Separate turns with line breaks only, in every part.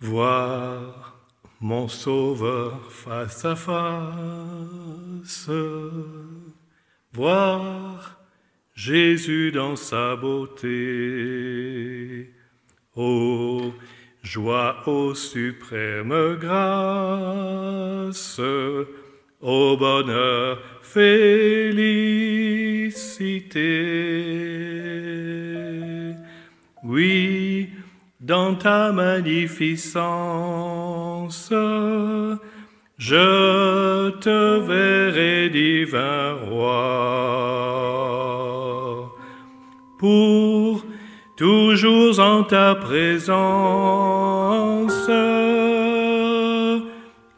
voir mon sauveur face à face, voir Jésus dans sa beauté. Oh, joie aux suprêmes grâces, au bonheur, félicité. Oui, dans ta magnificence, je te verrai divin roi. Pour toujours en ta présence,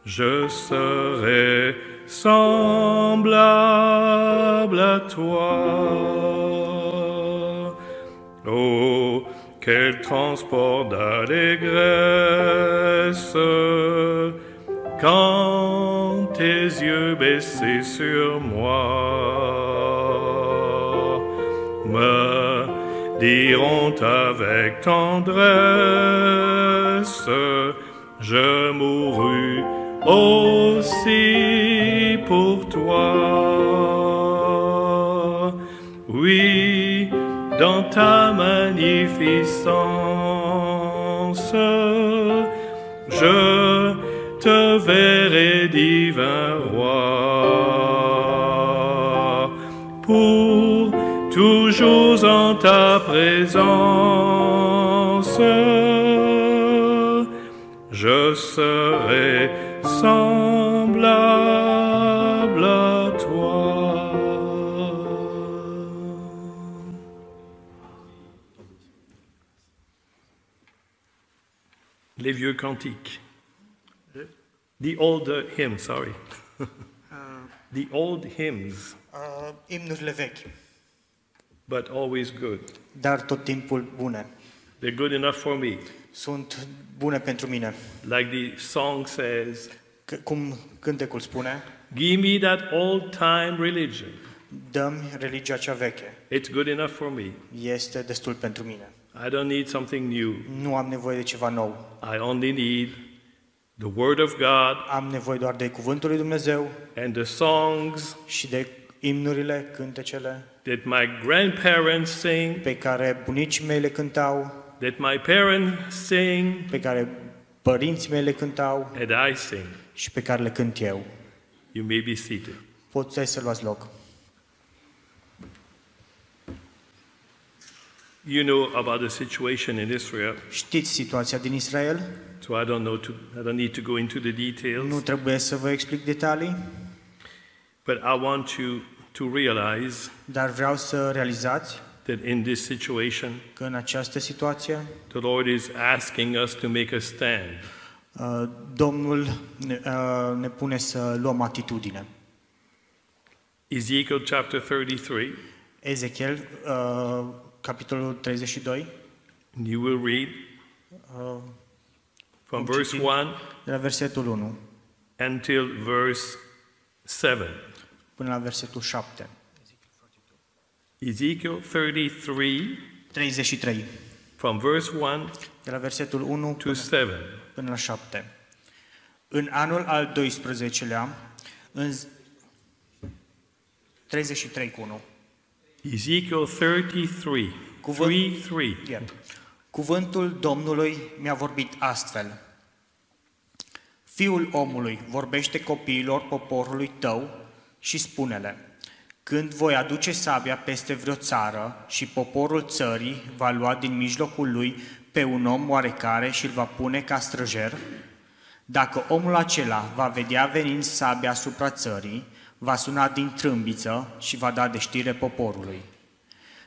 je serai semblable à toi. Oh, quel transport d'allégresse quand tes yeux baissés sur moi me diront avec tendresse, je mourus aussi pour toi. Oui, dans ta magnificence, je te verrai divin roi. Pour toujours en ta présence, je serai semblable à toi. Les vieux cantiques. The old uh, hymn, sorry. the old hymns,
uh, imnurile vechi,
but always good.
dar tot timpul bune.
They're good enough for me.
Sunt bune pentru mine.
Like the song says,
C- cum cântecul spune,
Give me that old time religion.
dăm religia cea veche.
It's good enough for me.
Este destul pentru mine.
I don't need something new.
Nu am nevoie de ceva nou.
I only need the Word of God
Am nevoie doar de cuvântul lui Dumnezeu
and the songs
și de imnurile, cântecele
that my grandparents sing,
pe care bunicii mei le cântau,
that my parents sing,
pe care părinții mei le cântau
and I sing.
și pe care le cânt eu.
You may be seated.
Puteți să luați loc.
You know about the situation in Israel,
Știți situația din Israel?
so I don't know to, I don't need to go into the
Nu
details,
trebuie să vă explic detalii,
but I want you to realize
dar vreau să realizați
that in this situation,
că în această situație
the Lord is asking us to make a stand.
uh, Domnul ne- uh, ne pune să luăm atitudine.
Ezekiel chapter 33,
Ezechiel, uh, capitolul 32,
and you will read
uh,
from
Vom
verse
citi.
1
de la versetul 1
until verse 7.
până la versetul 7.
Ezekiel 33,
33,
from verse 1
de la versetul 1
to
până
7.
până la 7. În anul al 12-lea, în z- 33 cu 1.
Ezekiel 33,
Cuvânt-
3, 3.
Yeah. Cuvântul Domnului mi-a vorbit astfel. Fiul omului, vorbește copiilor poporului tău și spune-le, când voi aduce sabia peste vreo țară și poporul țării va lua din mijlocul lui pe un om oarecare și îl va pune ca străjer, dacă omul acela va vedea venind sabia asupra țării, va suna din trâmbiță și va da de știre poporului.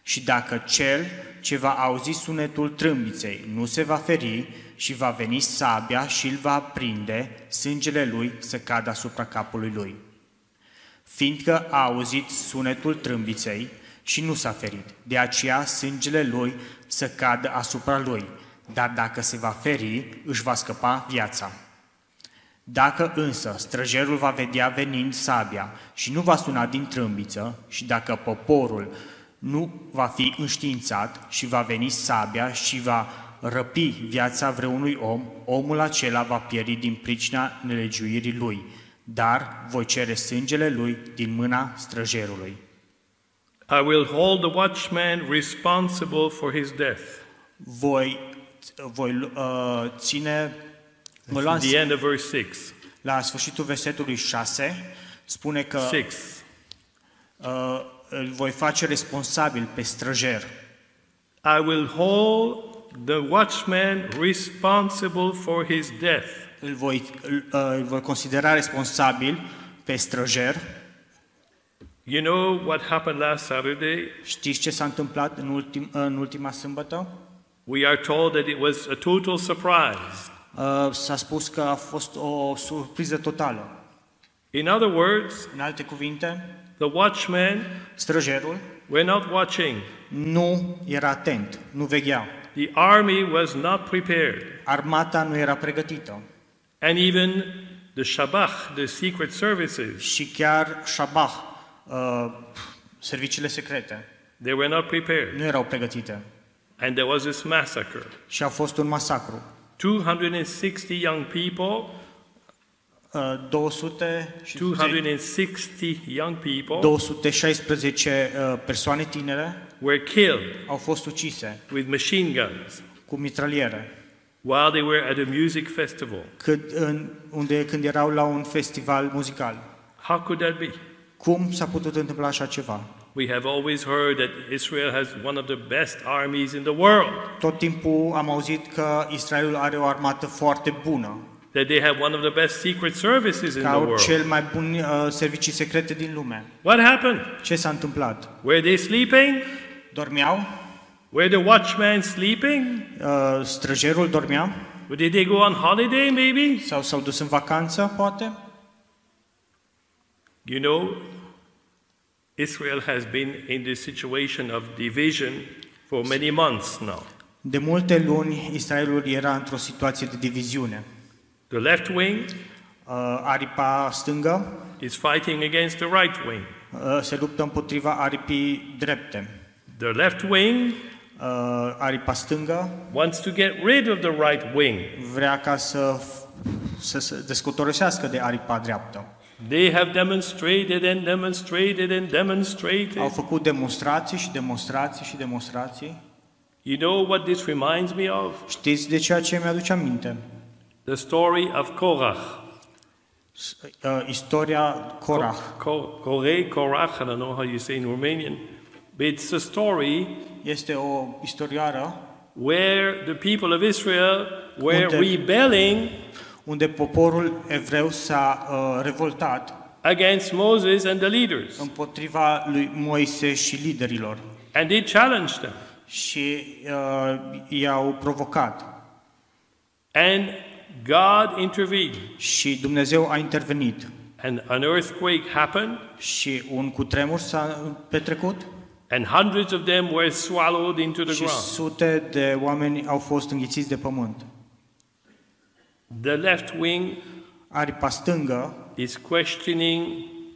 Și dacă cel ce va auzi sunetul trâmbiței nu se va feri și va veni sabia și îl va aprinde, sângele lui să cadă asupra capului lui. Fiindcă a auzit sunetul trâmbiței și nu s-a ferit, de aceea sângele lui să cadă asupra lui, dar dacă se va feri, își va scăpa viața. Dacă însă străjerul va vedea venind sabia și nu va suna din trâmbiță, și dacă poporul nu va fi înștiințat și va veni sabia și va răpi viața vreunui om, omul acela va pieri din pricina nelegiuirii lui, dar voi cere sângele lui din mâna străjerului.
I will hold the watchman responsible for his death.
Voi, voi uh, ține, vă lua în
The end of verse 6.
La sfârșitul versetului 6 spune că
6.
uh, îl voi face responsabil pe străjer.
I will hold the watchman responsible for his death.
Îl voi, îl, uh, îl voi considera responsabil pe străjer.
You know what happened last Saturday?
Știți ce s-a întâmplat în, ultim, în ultima sâmbătă?
We are told that it was a total surprise.
Uh, s-a spus că a fost o surpriză totală.
In other words,
În alte cuvinte,
the watchmen
străjerul
were not watching.
nu era atent, nu veghea.
The army was not prepared.
Armata nu era pregătită.
And even the Shabak, the secret services,
Și chiar Shabah, uh, serviciile secrete,
they were not prepared.
nu erau pregătite.
And there was this massacre.
Și a fost un masacru.
260 young people,
Uh, 200 și
260 young people
216 uh, persoane tinere
were killed
au fost ucise
with machine guns
cu mitraliere,
while they were at a music festival.
cât în, unde, când erau la un festival muzical.
How could that be?
Cum s-a putut întâmpla așa ceva?
We have always heard that Israel has one of the best armies in the world,
Tot timpul am auzit că Israelul are o armată foarte bună,
that they have one of the best secret services in
că
the
au
world.
cel mai bun uh, servicii secrete din lume.
What happened?
Ce s-a întâmplat?
Were they sleeping?
Dormeau?
Were the watchmen sleeping?
Uh, străjerul dormea?
Did they go on holiday maybe?
Sau s-au dus în vacanță, poate?
You know, Israel has been in this situation of division for many months now.
De multe luni, Israelul era într-o situație de diviziune.
The left wing
Uh, aripa stângă
is fighting against the right wing.
uh, se luptă împotriva aripii drepte.
The left wing
Uh, aripa stângă
wants to get rid of the right wing.
vrea ca să, f- să se descotorosească de aripa dreaptă.
They have demonstrated and demonstrated and
Au
demonstrated.
făcut demonstrații și demonstrații și demonstrații.
You know what this reminds me of?
Știți de ceea ce mi-aduce aminte?
The story of Korach.
S- Uh, istoria Corah.
Ko- Kore, Korach, I don't know how you say in Romanian. But it's a story
Este o istorioară
where the people of Israel were
Unde-
rebelling
unde poporul evreu s-a uh, revoltat
against Moses and the leaders.
Um. împotriva lui Moise și liderilor
And they challenged them.
și uh, i-au provocat.
And God intervened.
Și Dumnezeu a intervenit
And an earthquake happened,
și un cutremur s-a petrecut
and hundreds of them were swallowed into the
și
ground.
sute de oameni au fost înghițiți de pământ.
The left wing
Aripa stângă
is questioning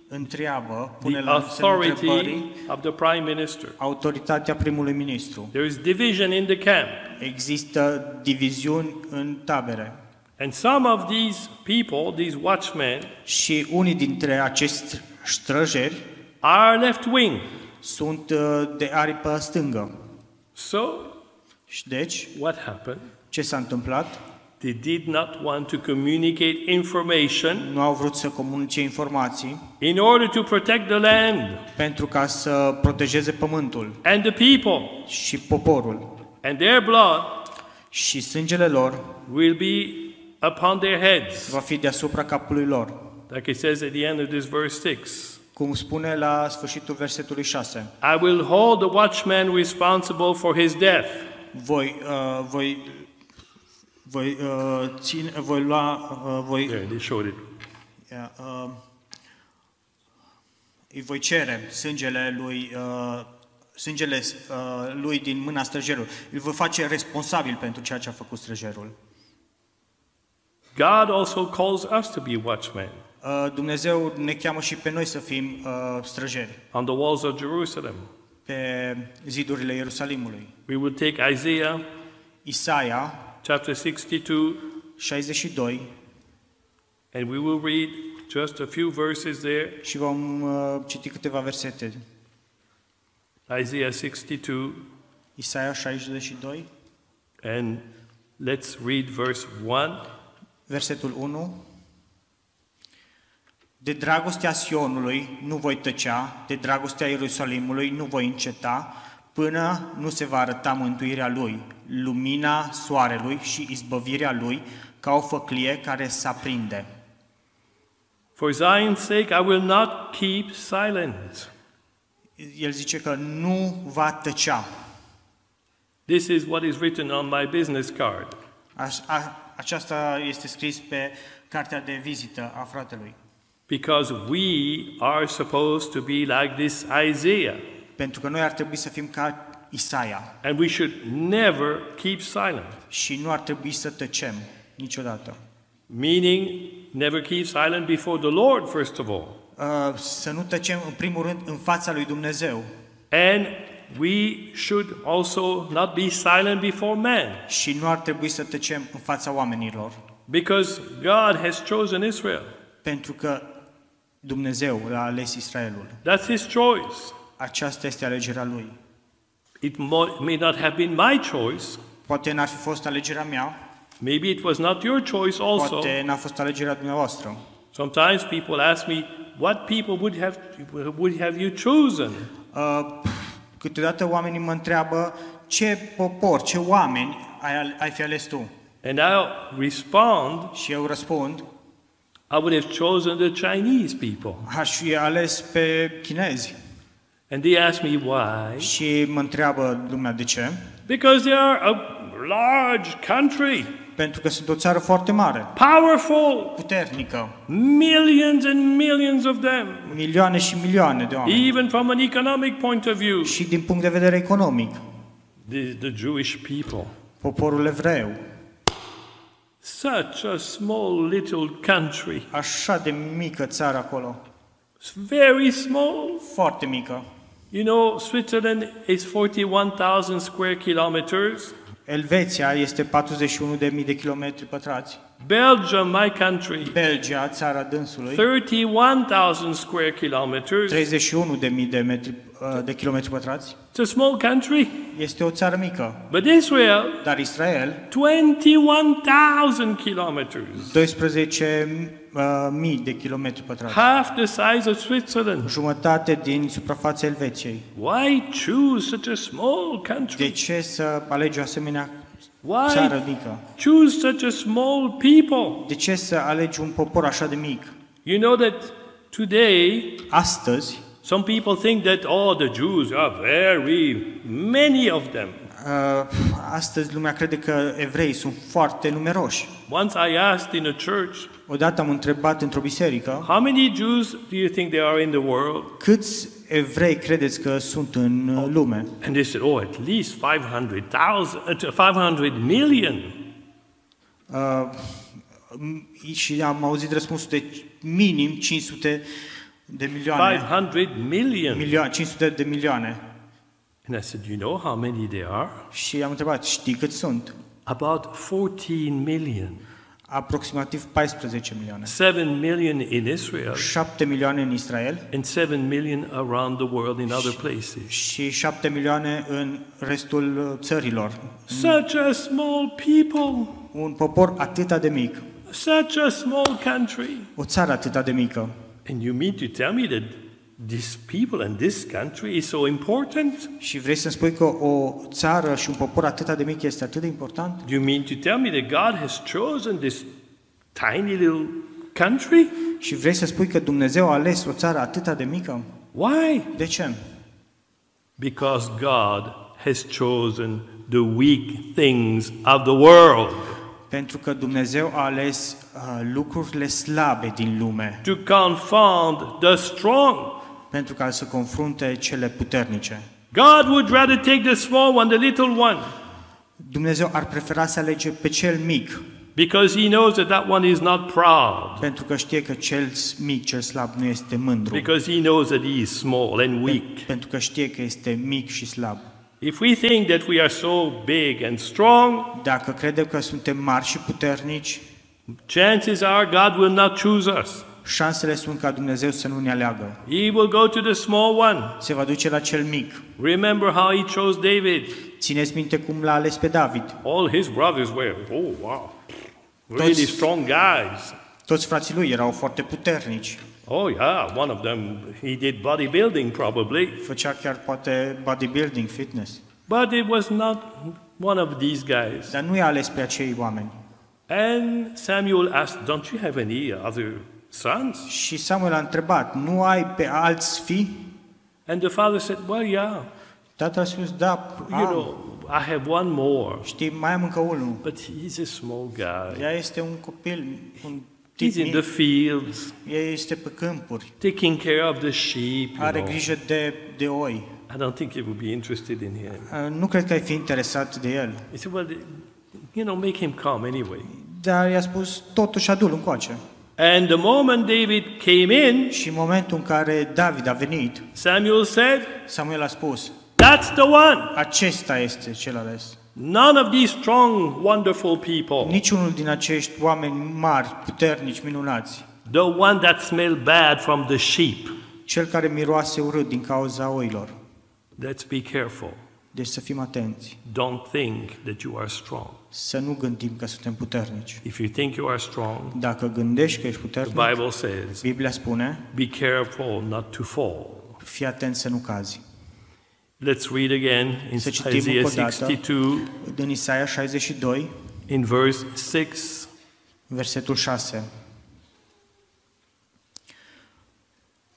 întreabă, pune
the
la semnul
authority
întrebării,
of the prime minister.
autoritatea primului ministru.
There is division in the camp.
Există diviziuni în tabere
And some of these people, these watchmen,
și unii dintre acești străjeri
are left wing.
sunt uh, de aripă stângă.
So,
Și deci,
what happened?
ce s-a întâmplat?
They did not want to communicate information
Nu au vrut să comunice informații
in order to protect the land
pentru ca să protejeze pământul
and the people,
și poporul.
and their blood
și sângele lor
will be upon their heads.
va fi deasupra capului lor.
Like it says at the end of this verse 6
Cum spune la sfârșitul versetului 6,
I will hold the watchman responsible for his death.
voi, uh, voi, voi, uh, ține, voi lua, uh, voi,
There, they showed it.
ia, uh, îi voi cere sângele lui, uh, sângele uh, lui din mâna străjerului. Îl voi face responsabil pentru ceea ce a făcut străjerul.
God also calls us to be watchmen
Uh, Dumnezeu ne cheamă și pe noi să fim uh, străjeri
on the walls of Jerusalem.
pe zidurile Ierusalimului.
We will take Isaiah
Isaia
chapter 62,
62
and we will read just a few verses there.
și vom uh, citi câteva versete.
Isaiah 62,
Isaia 62,
and let's read verse 1.
versetul 1. De dragostea Sionului nu voi tăcea, de dragostea Ierusalimului nu voi înceta, până nu se va arăta mântuirea lui, lumina soarelui și izbăvirea lui, ca o făclie care s-a prinde.
For Zion's sake, I will not keep silent.
El zice că nu va tăcea.
This is what is written on my business card.
Aș- a- Aceasta este scris pe cartea de vizită a fratelui.
Because we are supposed to be like this Isaiah,
Pentru că noi ar trebui să fim ca Isaia,
and we should never keep silent.
Și nu ar trebui să tăcem niciodată.
Meaning, never keep silent before the Lord, first of all.
Uh, Să nu tăcem, în primul rând, în fața lui Dumnezeu.
And we should also not be silent before man,
Și nu ar trebui să tăcem în fața oamenilor.
because God has chosen Israel.
Pentru că Dumnezeu l-a ales Israelul.
That's His choice.
Aceasta este alegerea lui.
It mo- may not have been my choice.
Poate n-ar fi fost alegerea mea,
Maybe it was not your choice also.
poate n-a fost alegerea dumneavoastră.
Sometimes people ask me, what people would have, would have you chosen?
Uh, Câteodată oamenii mă întreabă ce popor, ce oameni ai, al- ai fi ales tu?
And I respond,
Și eu răspund,
I would have chosen the Chinese people.
aș fi ales pe chinezi.
And they ask me why.
Și mă întreabă lumea de ce?
Because they are a large country,
Pentru că sunt o țară foarte mare,
powerful,
puternică,
millions and millions of them,
milioane și milioane de oameni.
even from an economic point of view.
Și din punct de vedere economic,
The, the Jewish people,
poporul evreu,
such a small little country,
așa de mică țară acolo,
It's very small.
foarte mică.
You know, Switzerland is 41,000 square kilometers.
Elveția este 41.000 de kilometri pătrați.
Belgium, my country,
Belgia, țara dânsului,
31,000 square kilometers.
31.000 de, metri, uh, de kilometri pătrați.
It's a small country.
Este o țară mică,
But Israel,
dar Israel,
21,000 kilometers.
12.000 uh, de kilometri pătrați.
Half the size of Switzerland.
Jumătate din suprafața Elveției.
Why choose such a small
De
country?
ce să alegi o asemenea țară
Why
mică?
choose such a small people?
De ce să alegi un popor așa de mic?
You know that today,
Astăzi,
some people think that, oh, the Jews are very many of them.
uh, astăzi lumea crede că evreii sunt foarte numeroși.
Once I asked in a church,
Odată am întrebat într-o biserică,
how many Jews do you think there are in the world?
câți evrei credeți că sunt în uh, lume?
And they said, oh, at least 500,000, uh, 500 million.
Uh, m- și am auzit răspunsul de minim 500 de milioane.
500 million.
milioane 500 de milioane.
And I said, you know how many there are?
Și am întrebat, știi cât sunt?
About 14 million.
Aproximativ 14 milioane.
7 million in Israel
7 milioane în Israel
and 7 million around the world in other places.
și 7 milioane în restul uh, țărilor.
Such a small people,
Un popor atâta de mic,
such a small country.
o țară atâta de mică.
And you mean to tell me that these people and this country is so important?
Și vrei să-mi spui că o țară și un popor atâta de mic este atât de important?
You mean to tell me that God has chosen this tiny little country?
Și vrei să spui că Dumnezeu a ales o țară atâta de mică?
Why?
De ce?
Because God has chosen the weak things of the world
Pentru că Dumnezeu a ales uh, lucrurile slabe din lume,
to confound the strong.
pentru ca să confrunte cele puternice.
God would rather take the small one, the little one,
Dumnezeu ar prefera să alege pe cel mic,
because he knows that that one is not proud,
pentru că știe că cel mic, cel slab, nu este mândru.
because he knows that he is small and
Pen-
weak.
Pentru că știe că este mic și slab.
If we think that we are so big and strong,
Dacă credem că suntem mari și puternici,
chances are God will not choose us.
șansele sunt ca Dumnezeu să nu ne aleagă.
He will go to the small one.
Se va duce la cel mic.
Remember how he chose David.
Țineți minte cum l-a ales pe David.
All his brothers were, oh wow, really
Toți-
strong guys.
Toți frații lui erau foarte puternici.
Oh yeah, one of them, he did bodybuilding probably.
Făcea chiar poate bodybuilding, fitness.
But it was not one of these guys.
Dar nu i-a ales pe acei oameni.
And Samuel asked, don't you have any other sons?
Și Samuel a întrebat, nu ai pe alți fii?
And the father said, well, yeah,
Tatăl a spus, da,
you
am.
know, I have one more.
Știi, mai am încă unul.
But he's a small guy.
Ea este un copil, un
He's in
tip
the
mic.
fields,
Ea este pe câmpuri.
taking care of the sheep. you
Are
know.
grijă de, de oi.
I don't think he would be interested in him.
Uh, Nu cred că ai fi interesat de el.
He said, well, you know, make him come anyway.
Dar i-a spus, totuși adul încoace.
And the moment David came in,
Și în momentul în care David a venit,
Samuel said,
Samuel a spus,
that's the one.
acesta este cel ales.
None of these strong, wonderful people,
Niciunul din acești oameni mari, puternici, minunați,
the one that smelled bad from the sheep.
cel care miroase urât din cauza oilor.
Let's be careful.
Deci să fim atenți,
Don't think that you are strong.
să nu gândim că suntem puternici.
If you think you are strong,
Dacă gândești că ești
the
puternic,
Bible says,
Biblia spune,
be careful not to fall.
fii atent să nu cazi.
Let's read again in
Să citim
Isaiah
încă o dată.
62
Din Isaia 62,
in verse 6.
Versetul 6.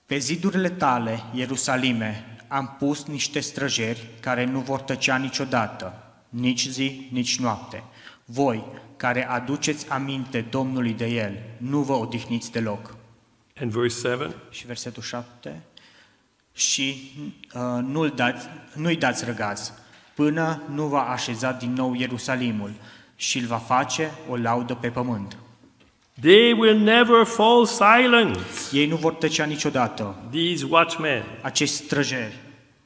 Pe zidurile tale, Ierusalime, am pus niște străjeri care nu vor tăcea niciodată, nici zi, nici noapte. Voi, care aduceți aminte Domnului de el, nu vă odihniți deloc.
And verse 7.
Și versetul 7. Și uh, nu-l dați, nu-i dați răgaz, până nu va așeza din nou Ierusalimul și îl va face o laudă pe pământ.
They will never fall silent,
Ei nu vor tăcea niciodată,
these watchmen.
acești străjeri.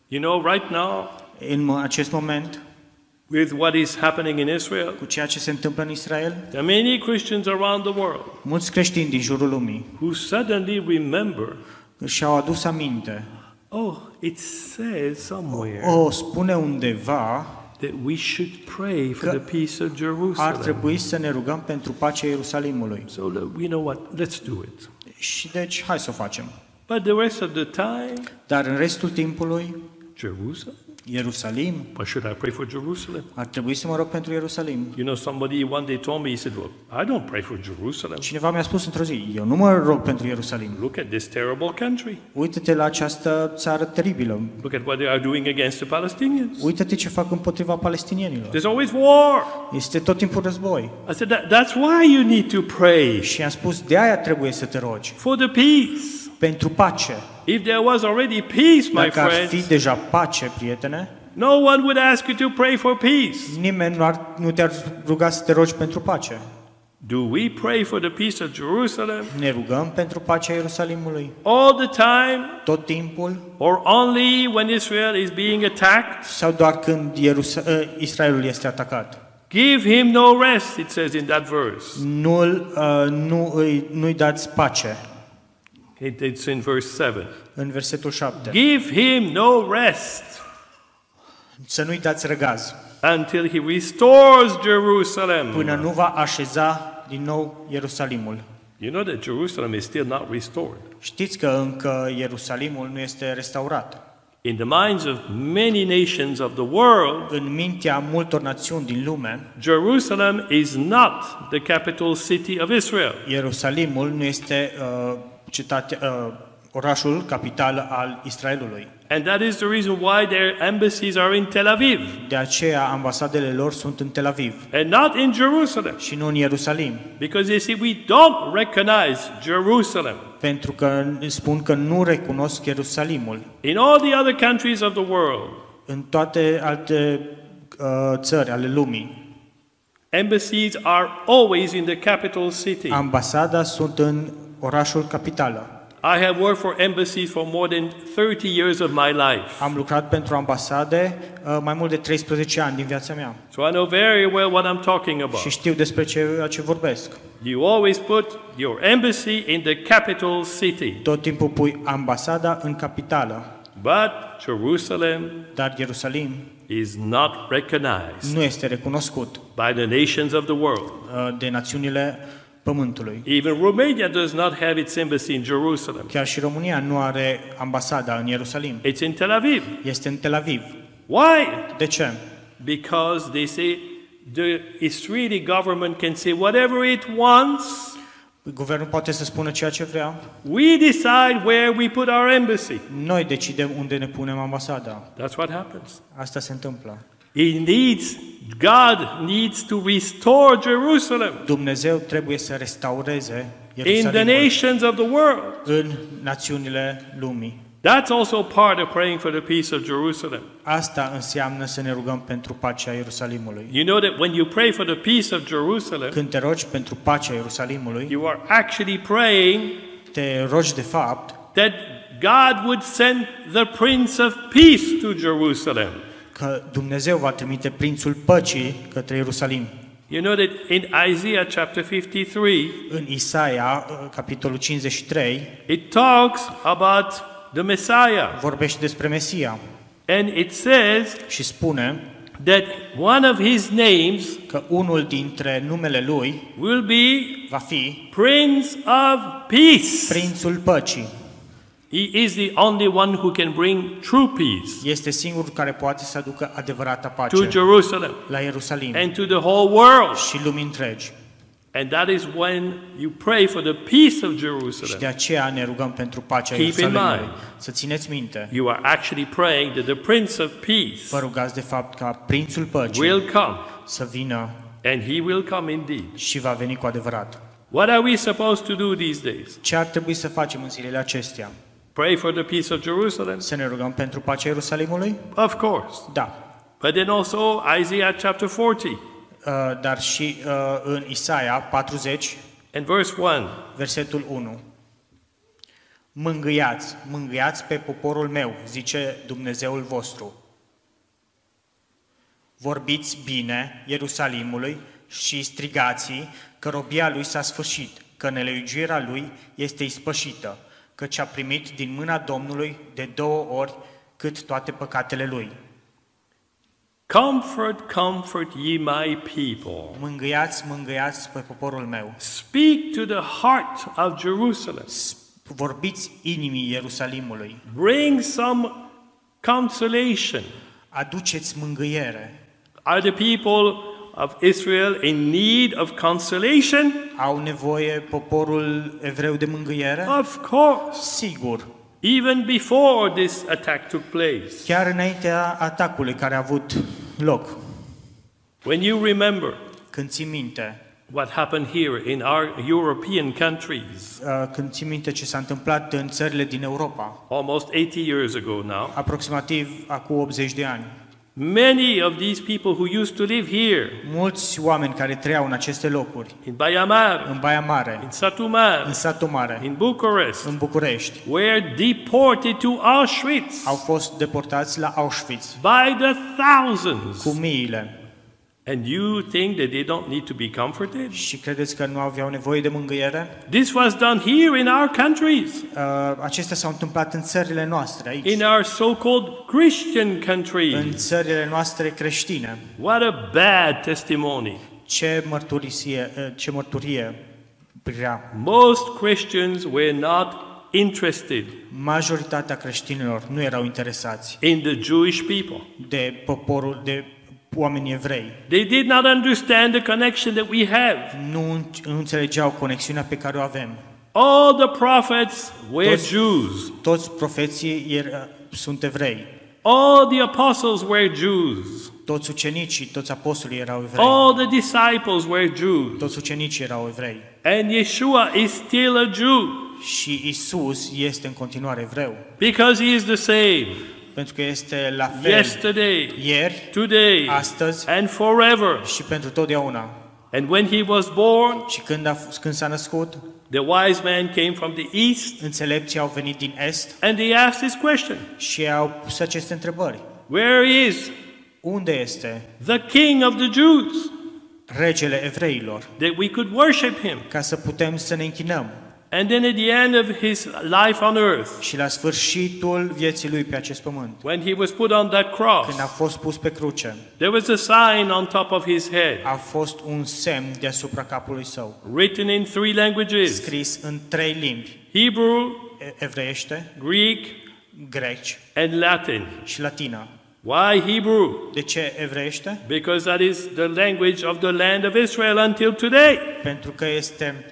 You know, right now,
În mo- acest moment,
with what is happening in Israel,
cu ceea ce se întâmplă în Israel,
there are many Christians around the world
mulți creștini din jurul lumii
who suddenly remember
și-au adus aminte.
oh, it says somewhere
O, spune undeva,
that we should pray for
Că-
the peace of
ar
Jerusalem.
trebui să ne rugăm pentru pacea Ierusalimului.
So, look, you know what? Let's do it.
Și deci, hai să o facem.
But the rest of the time,
Dar în restul timpului,
Jerusalem?
Ierusalim,
Why should I pray for Jerusalem?
ar trebui să mă rog pentru Ierusalim.
You know, somebody one day told me, he said, Well, I don't pray for Jerusalem.
Cineva mi-a spus într-o zi, eu nu mă rog pentru Ierusalim.
Look at this terrible country.
Uită-te la această țară teribilă.
Look at what they are doing against the Palestinians.
Uită-te ce fac împotriva palestinienilor.
There's always war.
Este tot timpul război.
I said, that, That's why you need to pray
Și i-am spus, de aia trebuie să te rogi.
for the peace.
Pentru pace.
If there was already peace, my
Dacă ar fi
friends,
deja pace, prietene,
no one would ask you to pray for peace.
nimeni nu, ar, nu te-ar ruga să te rogi pentru pace.
Do we pray for the peace of Jerusalem
Ne rugăm pentru pacea Ierusalimului
all the time
tot timpul
or only when Israel is being attacked?
sau doar când Ierusa- ă, Israelul este atacat?
Give him no rest, it says in that verse.
Nu-l, ă, nu îi, nu-i dați pace.
It- It's in verse 7.
În versetul 7.
Give him no rest
Să nu-i dați răgaz
until he restores Jerusalem.
până nu va așeza din nou Ierusalimul.
You know that Jerusalem is still not restored.
Știți că încă Ierusalimul nu este restaurat.
In the minds of many nations of the world,
În mintea multor națiuni din lume,
Jerusalem is not the capital city of Israel.
Ierusalimul nu este uh, cetatea, uh, orașul capital al Israelului.
And that is the reason why their embassies are in Tel Aviv
De aceea ambasadele lor sunt în Tel Aviv
and not in Jerusalem.
și nu în Ierusalim,
Because they see, we don't recognize Jerusalem.
pentru că spun că nu recunosc Ierusalimul.
In all the other countries of the world,
În toate alte uh, țări ale lumii,
embassies
Um,
are always in the capital city.
ambasada sunt în orașul capitală.
I have worked for embassies for more than 30 years of my life.
Am lucrat pentru ambasade uh, mai mult de 13 ani din viața mea
So I know very well what I'm talking
și
about.
știu despre ce, ce vorbesc.
You always put your embassy in the capital city,
Tot timpul pui ambasada în capitală,
but Jerusalem
dar Ierusalim
is not recognized
nu este recunoscut
by the nations of the world.
uh, de națiunile pământului.
Even Romania does not have its embassy in Jerusalem.
Chiar și România nu are ambasada în Ierusalim.
It's in Tel Aviv.
Este în Tel Aviv.
Why?
De ce?
Because they say the Israeli government can say whatever it wants.
Guvernul poate să spună ceea ce vrea.
We decide where we put our embassy.
Noi decidem unde ne punem ambasada.
That's what happens.
Asta se întâmplă.
He needs, God needs to restore Jerusalem
Dumnezeu trebuie să restaureze
in the
Ierusalimul
nations of the world.
în națiunile lumii.
That's also part of praying for the peace of Jerusalem.
Asta înseamnă să ne rugăm pentru pacea Ierusalimului.
You know that when you pray for the peace of Jerusalem,
Când te rogi pentru pacea Ierusalimului,
you are actually praying
te rogi de fapt
that God would send the Prince of Peace to Jerusalem.
că Dumnezeu va trimite prințul păcii către Ierusalim.
You know that in Isaiah chapter 53,
În Isaia, capitolul 53,
it talks about the Messiah.
vorbește despre Mesia
And it says,
și spune
that one of his names
că unul dintre numele lui
will be
va fi
Prince of Peace.
Prințul Păcii.
He is the only one who can bring true peace
Este singurul care poate să aducă adevărata
to
pace
Jerusalem
la Ierusalim
and to the whole world.
și lumii întregi.
And that is when you pray for the peace of
Și
Jerusalem.
de aceea ne rugăm pentru pacea
Keep in
Ierusalimului.
mind.
Să țineți minte,
You are actually praying that the Prince of Peace
vă rugați de fapt ca Prințul Păcii
will come,
să vină
and he will come indeed.
și va veni cu adevărat.
What are we supposed to do these days?
Ce ar trebui să facem în zilele acestea?
Pray for the peace of Jerusalem?
Să ne rugăm pentru pacea Ierusalimului?
Of course.
Da,
But then also Isaiah chapter 40
Uh, dar și uh, în Isaia 40,
and verse 1.
versetul 1. Mângâiați, mângâiați pe poporul meu, zice Dumnezeul vostru. Vorbiți bine Ierusalimului și strigați că robia lui s-a sfârșit, că nelegiuirea lui este ispășită, că ce-a primit din mâna Domnului de două ori cât toate păcatele lui.
Comfort, comfort ye my people.
Mângâiați, mângâiați pe poporul meu.
Speak to the heart of Jerusalem.
Vorbiți inimii Ierusalimului,
Bring some consolation.
aduceți mângâiere.
Are the people of Israel in need of consolation?
Au nevoie poporul evreu de mângâiere?
Of course.
Sigur,
Even before this attack took place.
chiar înaintea atacului care a avut loc.
When you remember
Când ții minte,
what happened here in our European countries
uh, când ții minte ce s-a întâmplat în țările din Europa,
almost 80 years ago now,
aproximativ acum 80 de ani,
many of these people who used to live here
mulți oameni care trăiau în aceste locuri,
in Bayamar,
în Baia
in
Mare, în
Satuman,
satul mare,
in Bucharest,
în București,
were deported to Auschwitz
au fost deportați la Auschwitz
by the thousands.
cu miile.
And you think that they don't need to be comforted?
Și credeți că nu aveau nevoie de mângâiere?
This was done here in our countries,
Uh, acestea s-au întâmplat în țările noastre aici,
in our so called Christian
în
countries.
țările noastre creștine.
What a bad testimony.
Ce mărturisie, uh, ce mărturie prea.
Most Christians were not interested
Majoritatea creștinilor nu erau interesați
in the Jewish people.
de poporul, de oameni evrei.
They did not understand the connection that we have.
Nu, în- nu înțelegeau conexiunea pe care o avem.
All the prophets were
Those-
Jews.
Toți profeții er, sunt evrei.
All the apostles were Jews.
Toți ucenicii, toți apostolii erau evrei.
All the disciples were Jews.
Toți ucenicii erau evrei.
And Yeshua is still a Jew
Și Isus este în continuare evreu,
because he is the same
pentru că este la fel
yesterday,
ieri,
today,
astăzi
and forever.
și pentru totdeauna.
And when he was born,
Și când, a, f- când s-a născut,
The wise man came from the east
Înțelepții au venit din Est
and they asked this question
și au pus aceste întrebări.
Where is
Unde este
the king of the Jews
regele evreilor?
that we could worship him?
Ca să putem să ne închinăm.
And then at the end of his life on earth,
Și la sfârșitul vieții lui pe acest pământ,
when he was put on that
când a
cross,
fost pus pe cruce,
there was a sign on top of his head
a fost un semn deasupra capului său,
written in three languages
scris în trei limbi,
Hebrew,
e- evreiește,
Greek,
greci
and Latin.
și latina.
Why Hebrew?
De ce evreiește?
Because that is the language of the land of Israel until today.
Pentru că este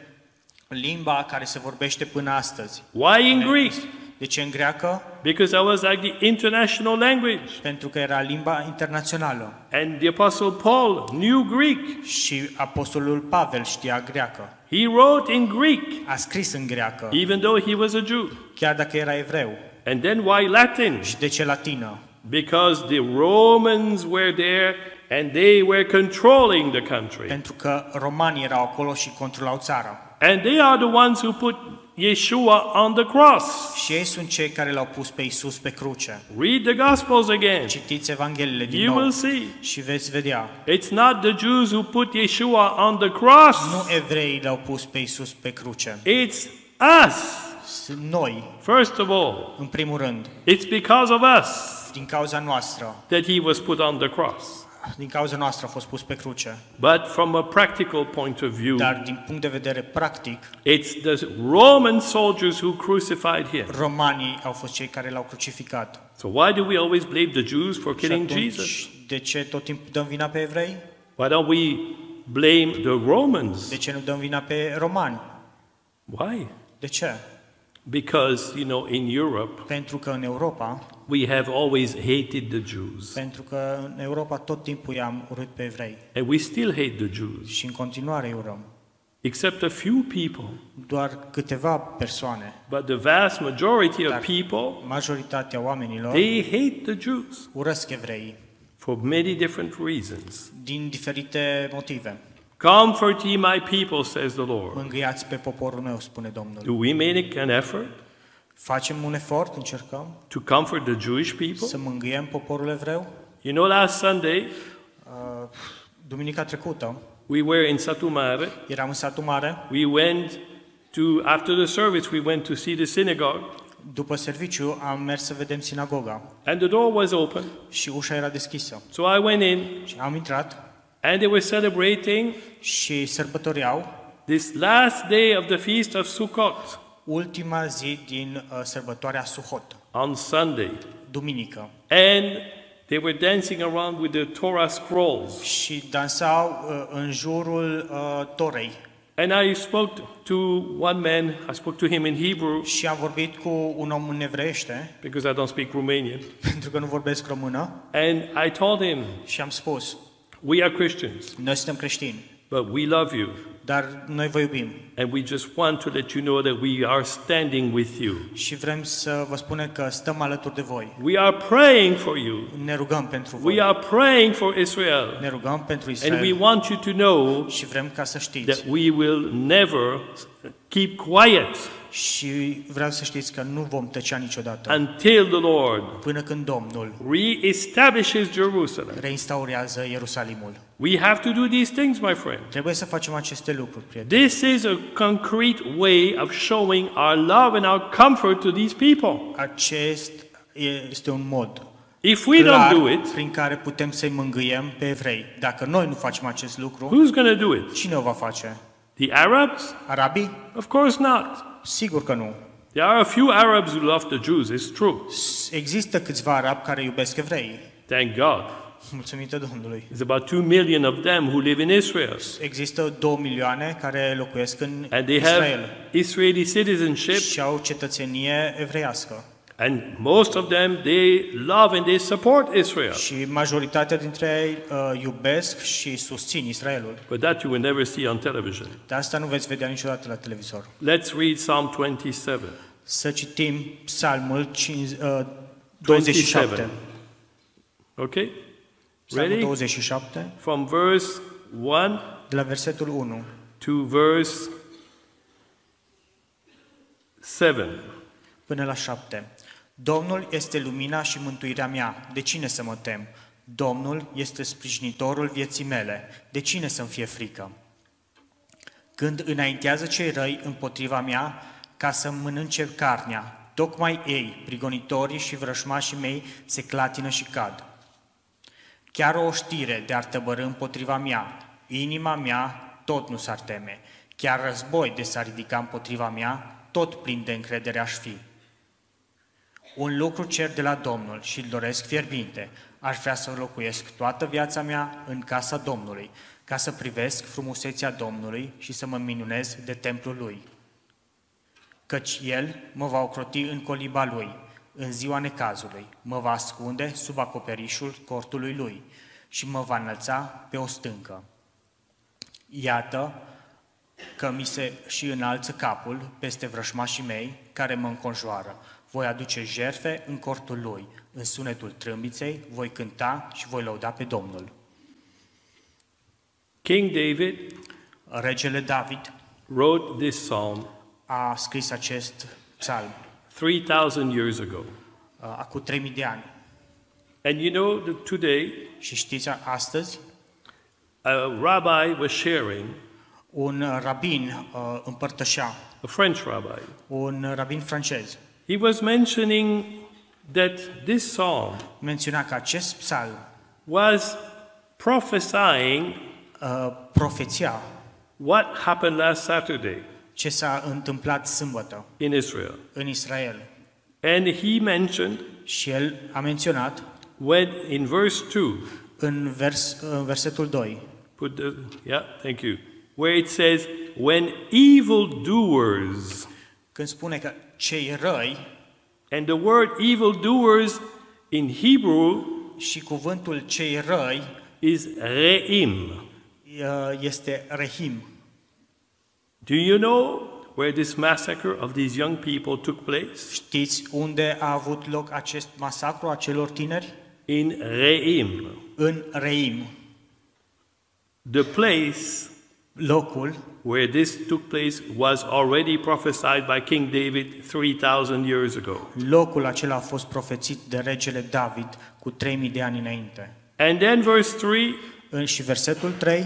limba care se vorbește până astăzi.
Why in Greek?
De ce în greacă?
Because that was like the international language.
Pentru că era limba internațională
And the Apostle Paul knew Greek.
și apostolul Pavel știa greacă.
He wrote in Greek,
A scris în greacă,
even though he was a Jew.
chiar dacă era evreu.
And then why Latin?
Și de ce latină?
Because the Romans were there and they were controlling the country.
Pentru că romanii erau acolo și controlau țara.
And they are the ones who put Yeshua on the cross.
Și ei sunt cei care l-au pus pe Isus pe cruce.
Read the Gospels again.
Citiți Evanghelile din
You
nou
will see.
și veți vedea.
It's not the Jews who put Yeshua on the cross.
Nu evreii l-au pus pe Isus pe cruce.
It's us,
Sunt noi,
first of all.
în primul rând,
It's because of us
din cauza noastră.
that he was put on the cross.
Din cauza noastră a fost pus pe cruce.
But from a practical point of view,
Dar din punct de vedere practic,
it's the Roman soldiers who crucified him.
romanii au fost cei care l-au crucificat.
So why do we always blame the Jews for
Și
killing Jesus?
atunci, de ce tot timpul dăm vina pe evrei?
Why don't we blame the Romans?
De ce nu dăm vina pe romani?
Why?
De ce?
Because, you know, in Europe,
Pentru că în Europa,
we have always hated the Jews.
pentru că în Europa tot timpul i-am urât pe evrei
And we still hate the Jews,
și în continuare îi urăm.
except a few people.
Doar câteva persoane,
But the vast majority of people,
majoritatea oamenilor,
they hate the Jews
urăsc evreii
for many different reasons.
din diferite motive.
Comfort ye my people, says the Lord.
Mângâiați pe poporul meu, spune Domnul.
Do we make an effort
Facem un efort, încercăm
to comfort the Jewish people?
să mângâiem poporul evreu.
You know, last Sunday,
Uh, Duminica trecută
we were in Satumare.
eram în satul mare,
We went to, after the service, we went to see the synagogue,
după serviciu am mers să vedem sinagoga
and the door was open.
și ușa era deschisă.
So I went in,
Și am intrat
and they were celebrating
și sărbătoreau
this last day of the feast of Sukkot
ultima zi din uh, sărbătoarea Suhot,
on Sunday.
duminică.
And they were dancing around with the Torah scrolls.
Și dansau uh, în jurul uh, Torei.
And I spoke to one man, I spoke to him in Hebrew
Și am vorbit cu un om în evreiește,
because I don't speak Romanian.
pentru că nu vorbesc română,
And I told him,
și am spus,
We are Christians,
noi suntem creștini,
but we love you.
dar noi vă iubim
And we just want to let you know that we are standing with you.
și vrem să vă spunem că stăm alături de voi.
We are praying for you.
Ne rugăm pentru voi.
We are praying for Israel.
Ne rugăm pentru
And we
Israel
want you to know
și vrem ca să
that
știți
we will never keep quiet
și vreau să știți că nu vom tăcea niciodată
until the Lord
până când Domnul
reestablishes Jerusalem.
reinstaurează Ierusalimul.
We have to do these things, my friend.
Trebuie să facem aceste lucruri, prieteni.
This is a concrete way of showing our love and our comfort to these people.
Acest este un mod
If we don't
clar
do it,
prin care putem să-i mângâiem pe evrei. Dacă noi nu facem acest lucru,
who's going to do it?
cine o va face?
The Arabs?
Arabii?
Of course not.
Sigur că nu.
There are a few Arabs who love the Jews, it's true.
S- Există câțiva arabi care iubesc evreii.
Thank God.
Mulțumită Domnului.
There's about two million of them who live in Israel.
Există două milioane care locuiesc în
And they have
Israel
Israeli citizenship,
și au cetățenie evreiască.
and most of them, they love and they support Israel.
Și majoritatea dintre ei uh, iubesc și susțin Israelul.
But that you will never see on television.
Dar asta nu veți vedea niciodată la televizor.
Let's read Psalm 27.
Să citim Psalmul 5, uh,
27.
27.
Okay?
Psalmul
Ready?
27,
From verse 1
de la versetul 1
to verse 7.
Până la 7. Domnul este lumina și mântuirea mea. De cine să mă tem? Domnul este sprijinitorul vieții mele. De cine să-mi fie frică? Când înaintează cei răi împotriva mea ca să mănânce carnea, tocmai ei, prigonitorii și vrășmașii mei, se clatină și cad. Chiar o știre de-ar tăbărâ împotriva mea, inima mea tot nu s-ar teme. Chiar război de s-ar ridica împotriva mea, tot plin de încredere aș fi. Un lucru cer de la Domnul și îl doresc fierbinte. Aș vrea să locuiesc toată viața mea în casa Domnului, ca să privesc frumusețea Domnului și să mă minunez de templul Lui. Căci El mă va ocroti în coliba Lui, în ziua necazului, mă va ascunde sub acoperișul cortului Lui și mă va înălța pe o stâncă. Iată că mi se și înalță capul peste vrășmașii mei care mă înconjoară. Voi aduce jerfe în cortul lui, în sunetul trâmbiței, voi cânta și voi lăuda pe Domnul.
King David
Regele David
wrote this psalm
a scris acest psalm
3,000 years ago.
a, acum 3000 de ani.
And you know that today
Și știți, a- astăzi
a rabbi was sharing,
un a, rabin a, împărtășea,
a French rabbi,
un a, rabin francez,
he was mentioning that this psalm
menționa că acest psalm
was prophesying
a, uh, profeția
what happened last Saturday
ce s-a întâmplat sâmbătă
in Israel.
în Israel.
And he mentioned
Și el a menționat
when in verse 2,
în, vers, în versetul 2,
put the, yeah, thank you, where it says, when evildoers,
când spune că cei răi
and the word evildoers in Hebrew
și cuvântul cei răi
is re'im.
uh, este rehim.
Do you know where this massacre of these young people took place?
Știți unde a avut loc acest masacru a celor tineri?
In Re'im,
În Reim,
the place
locul
where this took place was already prophesied by King David 3,000 years ago.
Locul acela a fost profețit de regele David cu 3000 de ani înainte.
And then verse 3,
În- Și versetul 3,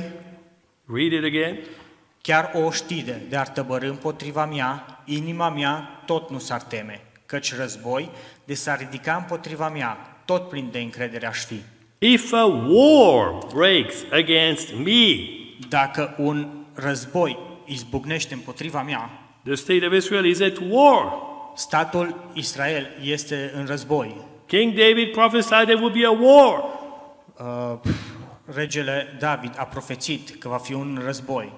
read it again.
Chiar o știde de-ar tăbărâ împotriva mea, inima mea tot nu s-ar teme, căci război de s-ar ridica împotriva mea, tot plin de încredere aș fi.
If a war breaks against me,
Dacă un război izbucnește împotriva mea,
the state of Israel is at war.
statul Israel este în război.
King David prophesied there would be a war.
Uh, regele David a profețit că va fi un război.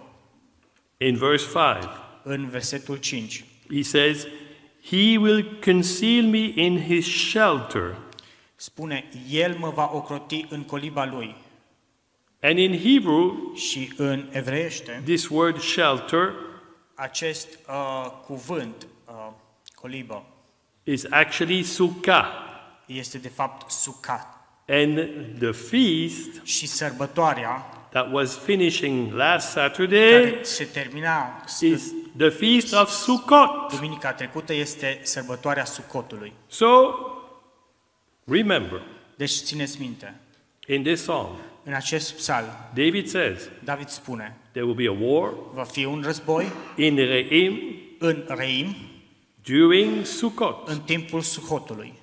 In verse 5,
În versetul 5,
he says, He will conceal me in his shelter.
spune, El mă va ocroti în coliba lui.
And in Hebrew,
Și în evreiește,
this word shelter
acest uh, cuvânt, uh, colibă,
is actually sukkah.
este de fapt sucat.
And the feast
Și sărbătoarea
that was finishing last Saturday
care se termina s-
is the feast of Sukkot.
duminica trecută este sărbătoarea Sucotului.
So, remember,
Deci țineți minte,
in this psalm,
în acest psalm,
David says
David spune,
there will be a war
va fi un război
in Re'im
în Reim,
during Sukkot.
în timpul Sucotului.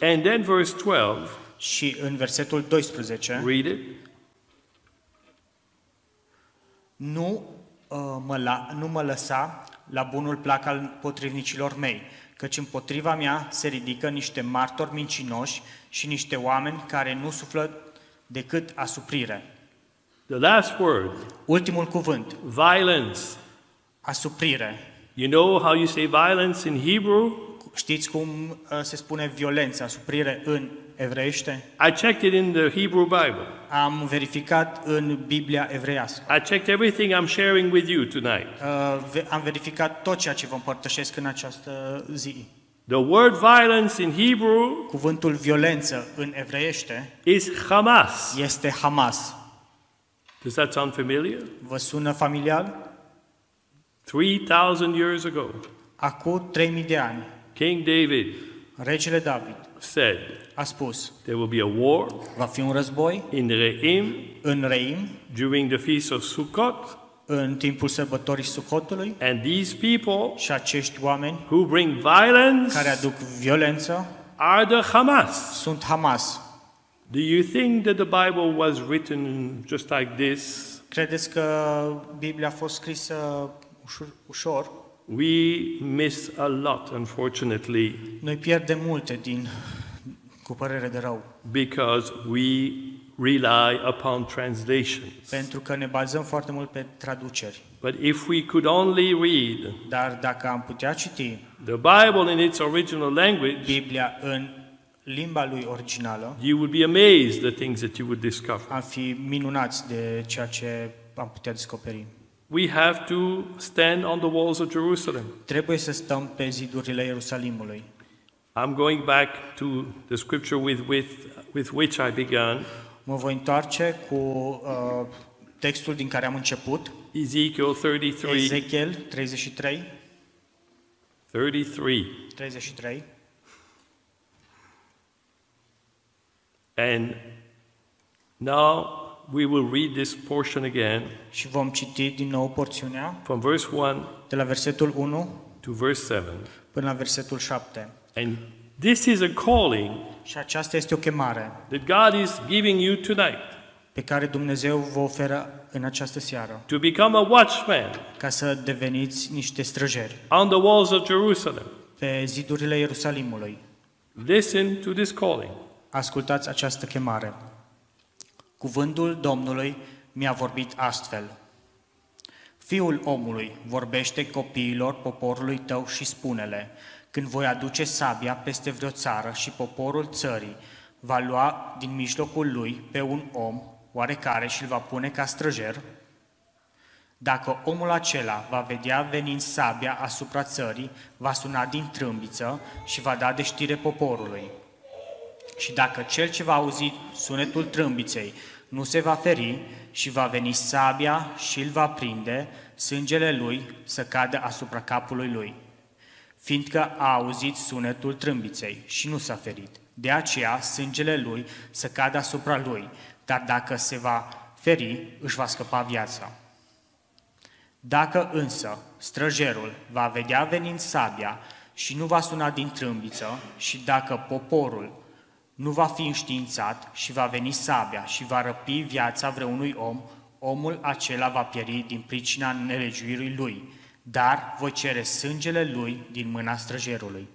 And then verse 12,
Și în versetul 12,
read it.
nu, uh, mă la, nu mă lăsa la bunul plac al potrivnicilor mei, căci împotriva mea se ridică niște martori mincinoși și niște oameni care nu suflă decât asuprire.
The last word,
Ultimul cuvânt,
violence.
asuprire.
You know how you say violence in Hebrew?
Știți cum uh, se spune violență, asuprire în evreiește?
I checked it in the Hebrew Bible.
Am verificat în Biblia evreiască.
I checked everything I'm sharing with you tonight.
Uh, ve- am verificat tot ceea ce vă împărtășesc în această zi.
The word violence in Hebrew
Cuvântul violență în evreiește
is Hamas.
este Hamas.
Does that sound familiar?
Vă sună familial?
3,000 years ago.
Acum 3000 de ani,
King David
regele David
said,
a spus,
There will be a war
va fi un război
in Re'im
în Reim,
during the feast of Sukkot,
în timpul sărbătorii Sucotului,
and these people
și acești oameni
who bring violence
care aduc violență
are the Hamas.
sunt Hamas.
Do you think that the Bible was written just like this?
Credeți că Biblia a fost scrisă ușor? ușor?
We miss a lot, unfortunately,
Noi pierdem multe din, cu părere de rău,
because we rely upon translations.
pentru că ne bazăm foarte mult pe traduceri.
But if we could only read
Dar dacă am putea citi
the Bible in its original language,
Biblia în limba lui originală,
you would be amazed the things that you would discover.
am fi minunați de ceea ce am putea descoperi.
We have to stand on the walls of Jerusalem.
Trebuie să stăm pe zidurile Ierusalimului.
I'm going back to the scripture with, with, with which I began,
Mă voi întoarce cu uh, textul din care am început,
Ezekiel 33,
Ezechiel 33,
33.
33.
And now we will read this portion again
Și vom citi din nou porțiunea
from verse 1
de la versetul 1
to verse 7.
până la versetul 7.
And this is a calling
Și aceasta este o chemare
that God is giving you tonight
pe care Dumnezeu vă oferă în această seară,
to become a watchman
ca să deveniți niște străjeri
on the walls of Jerusalem.
pe zidurile Ierusalimului.
Listen to this calling.
Ascultați această chemare. Cuvântul Domnului mi-a vorbit astfel. Fiul omului, vorbește copiilor poporului tău și spune-le, când voi aduce sabia peste vreo țară și poporul țării va lua din mijlocul lui pe un om oarecare și îl va pune ca străjer, dacă omul acela va vedea venind sabia asupra țării, va suna din trâmbiță și va da de știre poporului. Și dacă cel ce va auzi sunetul trâmbiței nu se va feri și va veni sabia și îl va prinde, sângele lui să cadă asupra capului lui, fiindcă a auzit sunetul trâmbiței și nu s-a ferit. De aceea, sângele lui să cadă asupra lui, dar dacă se va feri, își va scăpa viața. Dacă însă străjerul va vedea venind sabia și nu va suna din trâmbiță și dacă poporul nu va fi înștiințat și va veni sabia și va răpi viața vreunui om, omul acela va pieri din pricina nelegiuirii lui, dar voi cere sângele lui din mâna străjerului.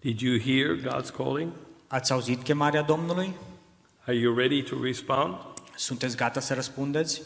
Did you hear God's calling?
Ați auzit chemarea Domnului?
Are you ready to respond?
Sunteți gata să răspundeți?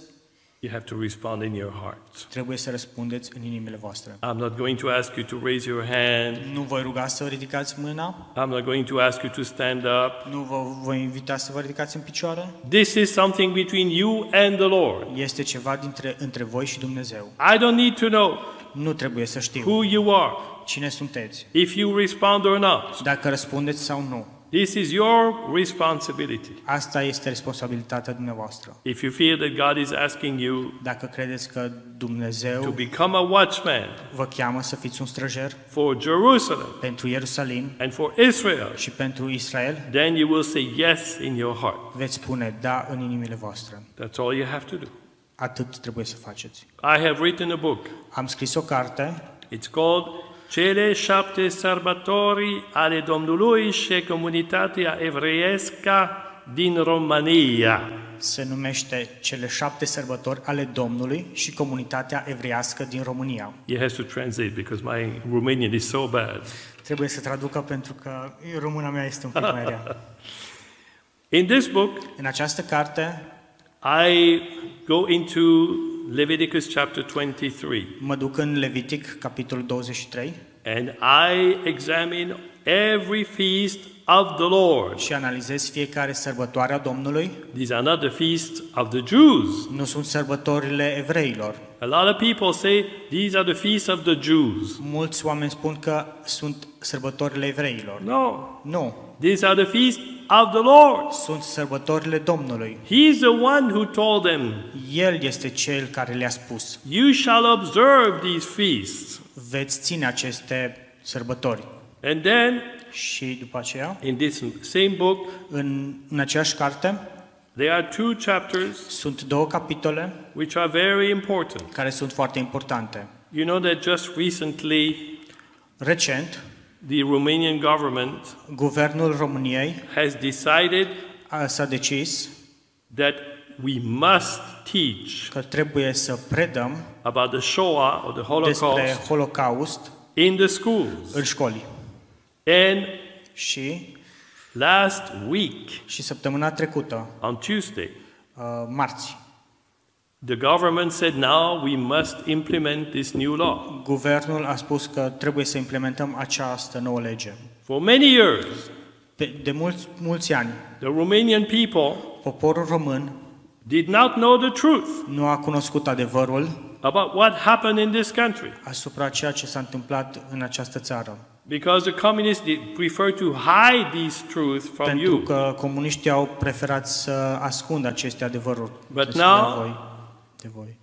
You have to respond in your heart.
Trebuie să răspundeți în inimile voastre.
I'm not going to ask you to raise your hand.
Nu voi ruga să ridicați mâna,
I'm not going to ask you to stand up.
nu vă voi invita să vă ridicați în picioare,
This is something between you and the Lord.
Este ceva dintre, între voi și Dumnezeu.
I don't need to know
Nu trebuie să știu
who you are.
cine sunteți,
if you respond or not.
dacă răspundeți sau nu.
This is your responsibility.
Asta este responsabilitatea dumneavoastră.
If you feel that God is asking you
Dacă credeți că
to
Dumnezeu
become a watchman
vă cheamă să fiți un străjer
for Jerusalem
pentru Ierusalim
and for Israel,
și pentru Israel,
then you will say yes in your heart.
veți spune da în inimile voastre.
That's all you have to do.
Atât trebuie să faceți.
I have written a book.
Am scris o carte
It's called Cele șapte sărbători ale Domnului și comunitatea evreiescă din România.
se numește Cele șapte sărbători ale Domnului și comunitatea evreiască din România.
He has to translate because my Romanian is so bad.
Trebuie să traducă pentru că româna mea este un pic mai rea.
In this book,
În această carte
I go into Leviticus chapter 23
mă duc în Levitic, capitolul 23,
and I examine every feast of the Lord.
și analizez fiecare sărbătoare a Domnului.
These are not the feasts of the Jews,
Nu sunt sărbătorile evreilor,
A lot of people say these are the feasts of the Jews.
Mulți oameni spun că sunt sărbătorile evreilor.
No,
Nu,
these are the feasts of the Lord.
sunt sărbătorile Domnului.
He's the one who told them,
El este cel care le-a spus,
You shall observe these feasts.
veți ține aceste sărbători.
And then,
Și după aceea,
in this same book,
în, în aceeași carte,
there are two chapters
sunt două capitole
which are very important.
care sunt foarte importante.
You know that just recently,
Recent,
the Romanian government
guvernul României
has decided
a- s-a decis
that we must teach
că trebuie să predăm
about the Shoah or the
despre
Holocaust
Holocaust
in the schools.
în școli.
And
Și,
last week,
și săptămâna trecută,
on Tuesday,
uh, marți,
the government said now we must implement this new law.
guvernul a spus că trebuie să implementăm această nouă lege.
For many years,
Pe, de mulți, mulți ani,
the Romanian people
poporul român
did not know the truth
nu a cunoscut adevărul
about what happened in this country
asupra ceea ce s-a întâmplat în această țară.
because the communists did prefer to hide these truths from
Pentru
you.
că comuniștii au preferat să ascundă aceste adevăruri
But
despre
now-
voi. De voi.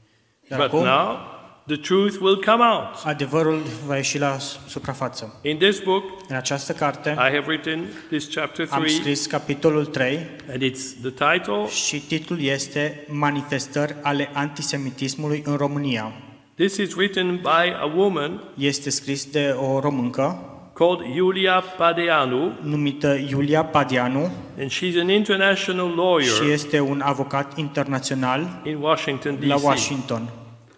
Dar
But
acum
now the truth will come out.
adevărul va ieși la su- suprafață.
In this book,
În această carte
I have written this chapter
am
3,
scris capitolul 3
and it's the title.
și titlul este Manifestări ale antisemitismului în România.
This is written by a woman
Este scris de o româncă
called Yulia Padeanu,
numită Iulia Padianu
and she's an international
și
lawyer
este un avocat internațional
in Washington,
la
D.C.
Washington.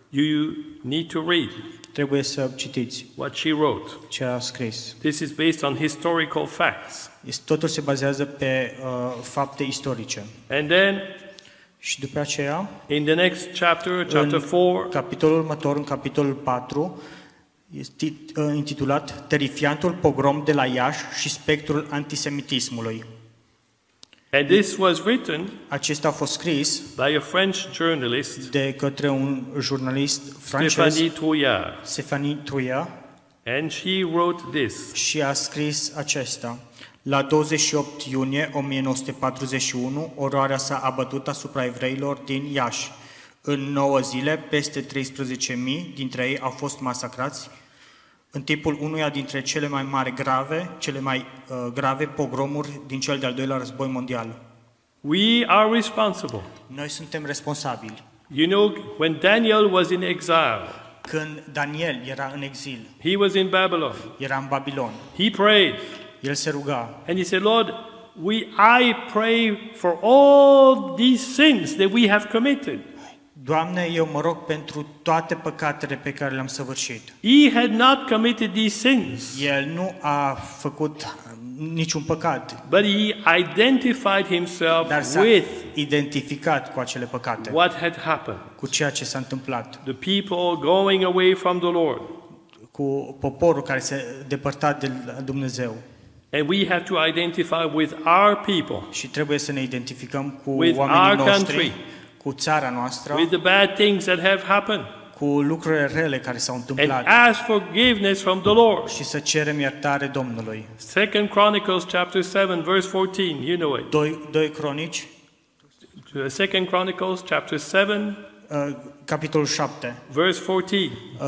You need to read
Trebuie să citiți
what she wrote.
ce a scris.
This is based on historical facts.
Este- Totul se bazează pe uh, fapte istorice.
And then
Și după aceea,
in the next chapter, chapter
în
4,
capitolul următor, în capitolul 4, este tit- uh, intitulat Terifiantul pogrom de la Iași și spectrul antisemitismului.
and this was written
Acesta a fost scris
by a French journalist,
de către un jurnalist francez,
Stéphanie Trouillard.
Stefanie Truia,
And she wrote this
și a scris acesta. La 28 iunie 1941, oroarea s-a abătut asupra evreilor din Iași. În 9 zile, peste 13.000 dintre ei au fost masacrați, în timpul unuia dintre cele mai mari grave, cele mai uh, grave pogromuri din cel de-al doilea război mondial.
We are responsible.
Noi suntem responsabili.
You know, when Daniel was in exile,
Când Daniel era în exil,
he was in Babylon.
era în Babilon,
He prayed
el se ruga
and he said, Lord, we, I pray for all these sins that we have committed.
Doamne, eu mă rog pentru toate păcatele pe care le-am săvârșit.
He had not committed these sins,
El nu a făcut uh, niciun păcat,
but he identified himself
dar s-a
with
identificat cu acele păcate,
what had happened.
cu ceea ce s-a întâmplat,
The people going away from the Lord.
cu poporul care se depărta de Dumnezeu.
And we have to identify with our people,
Și trebuie să ne identificăm cu
With
oamenii
our
noștri,
country.
cu țara noastră,
with the bad things that have happened,
cu lucrurile rele care s-au
and
întâmplat
ask forgiveness from the Lord.
și să cerem iertare Domnului.
Second Chronicles chapter 7 verse 14, you know it.
2, 2 Cronici,
Uh, Second Chronicles chapter 7
uh, capitolul 7,
verse 14.
Uh,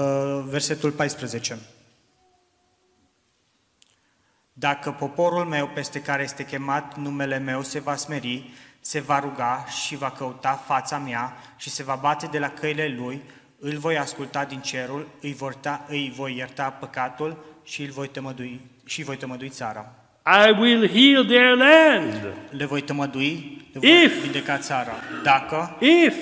versetul 14. Dacă poporul meu peste care este chemat numele meu se va smeri, se va ruga și va căuta fața mea și se va bate de la căile lui, îl voi asculta din cerul, îi voi, ta, îi voi ierta păcatul și îl voi tămădui, și voi tămădui țara.
I will heal their land
Le voi tămădui, le voi
If-
vindeca țara. Dacă,
if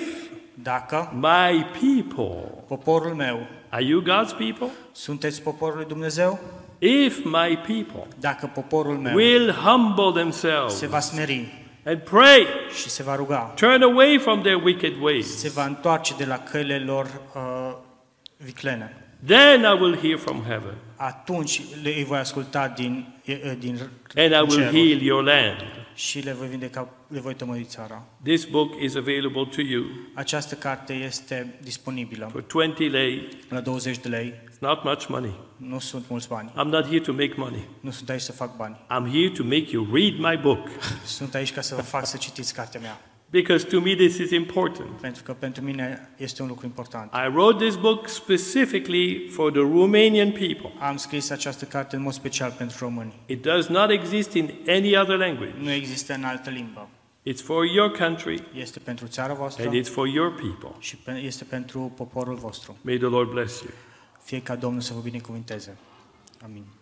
dacă
my people,
poporul meu,
are you God's people?
sunteți poporul lui Dumnezeu?
If my people
Dacă poporul meu
will humble
se
themselves
va smeri,
and pray,
și se va ruga.
turn away from their wicked ways,
Se va întoarce de la căile lor uh, viclene.
then I will hear from heaven
atunci le îi voi asculta din, e- e, din
and I will
cerul
heal your land.
și le voi vindeca, le voi tămări țara.
This book is available to you
Această carte este disponibilă
for 20 lei.
la 20 de lei.
It's not much money.
Nu sunt mulți bani.
I'm not here to make money.
Nu sunt aici să fac bani.
I'm here to make you read my book
Sunt aici ca să vă fac să citiți cartea mea.
because to me this is important.
Pentru că pentru mine este un lucru important.
I wrote this book specifically for the Romanian people.
Am scris această carte în mod special pentru români.
It does not exist in any other language.
Nu există în altă limbă.
It's for your country
Este pentru țara voastră
and it's for your people.
și pe- este pentru poporul vostru.
May the Lord bless you.
Fie ca Domnul să vă binecuvinteze. Amin.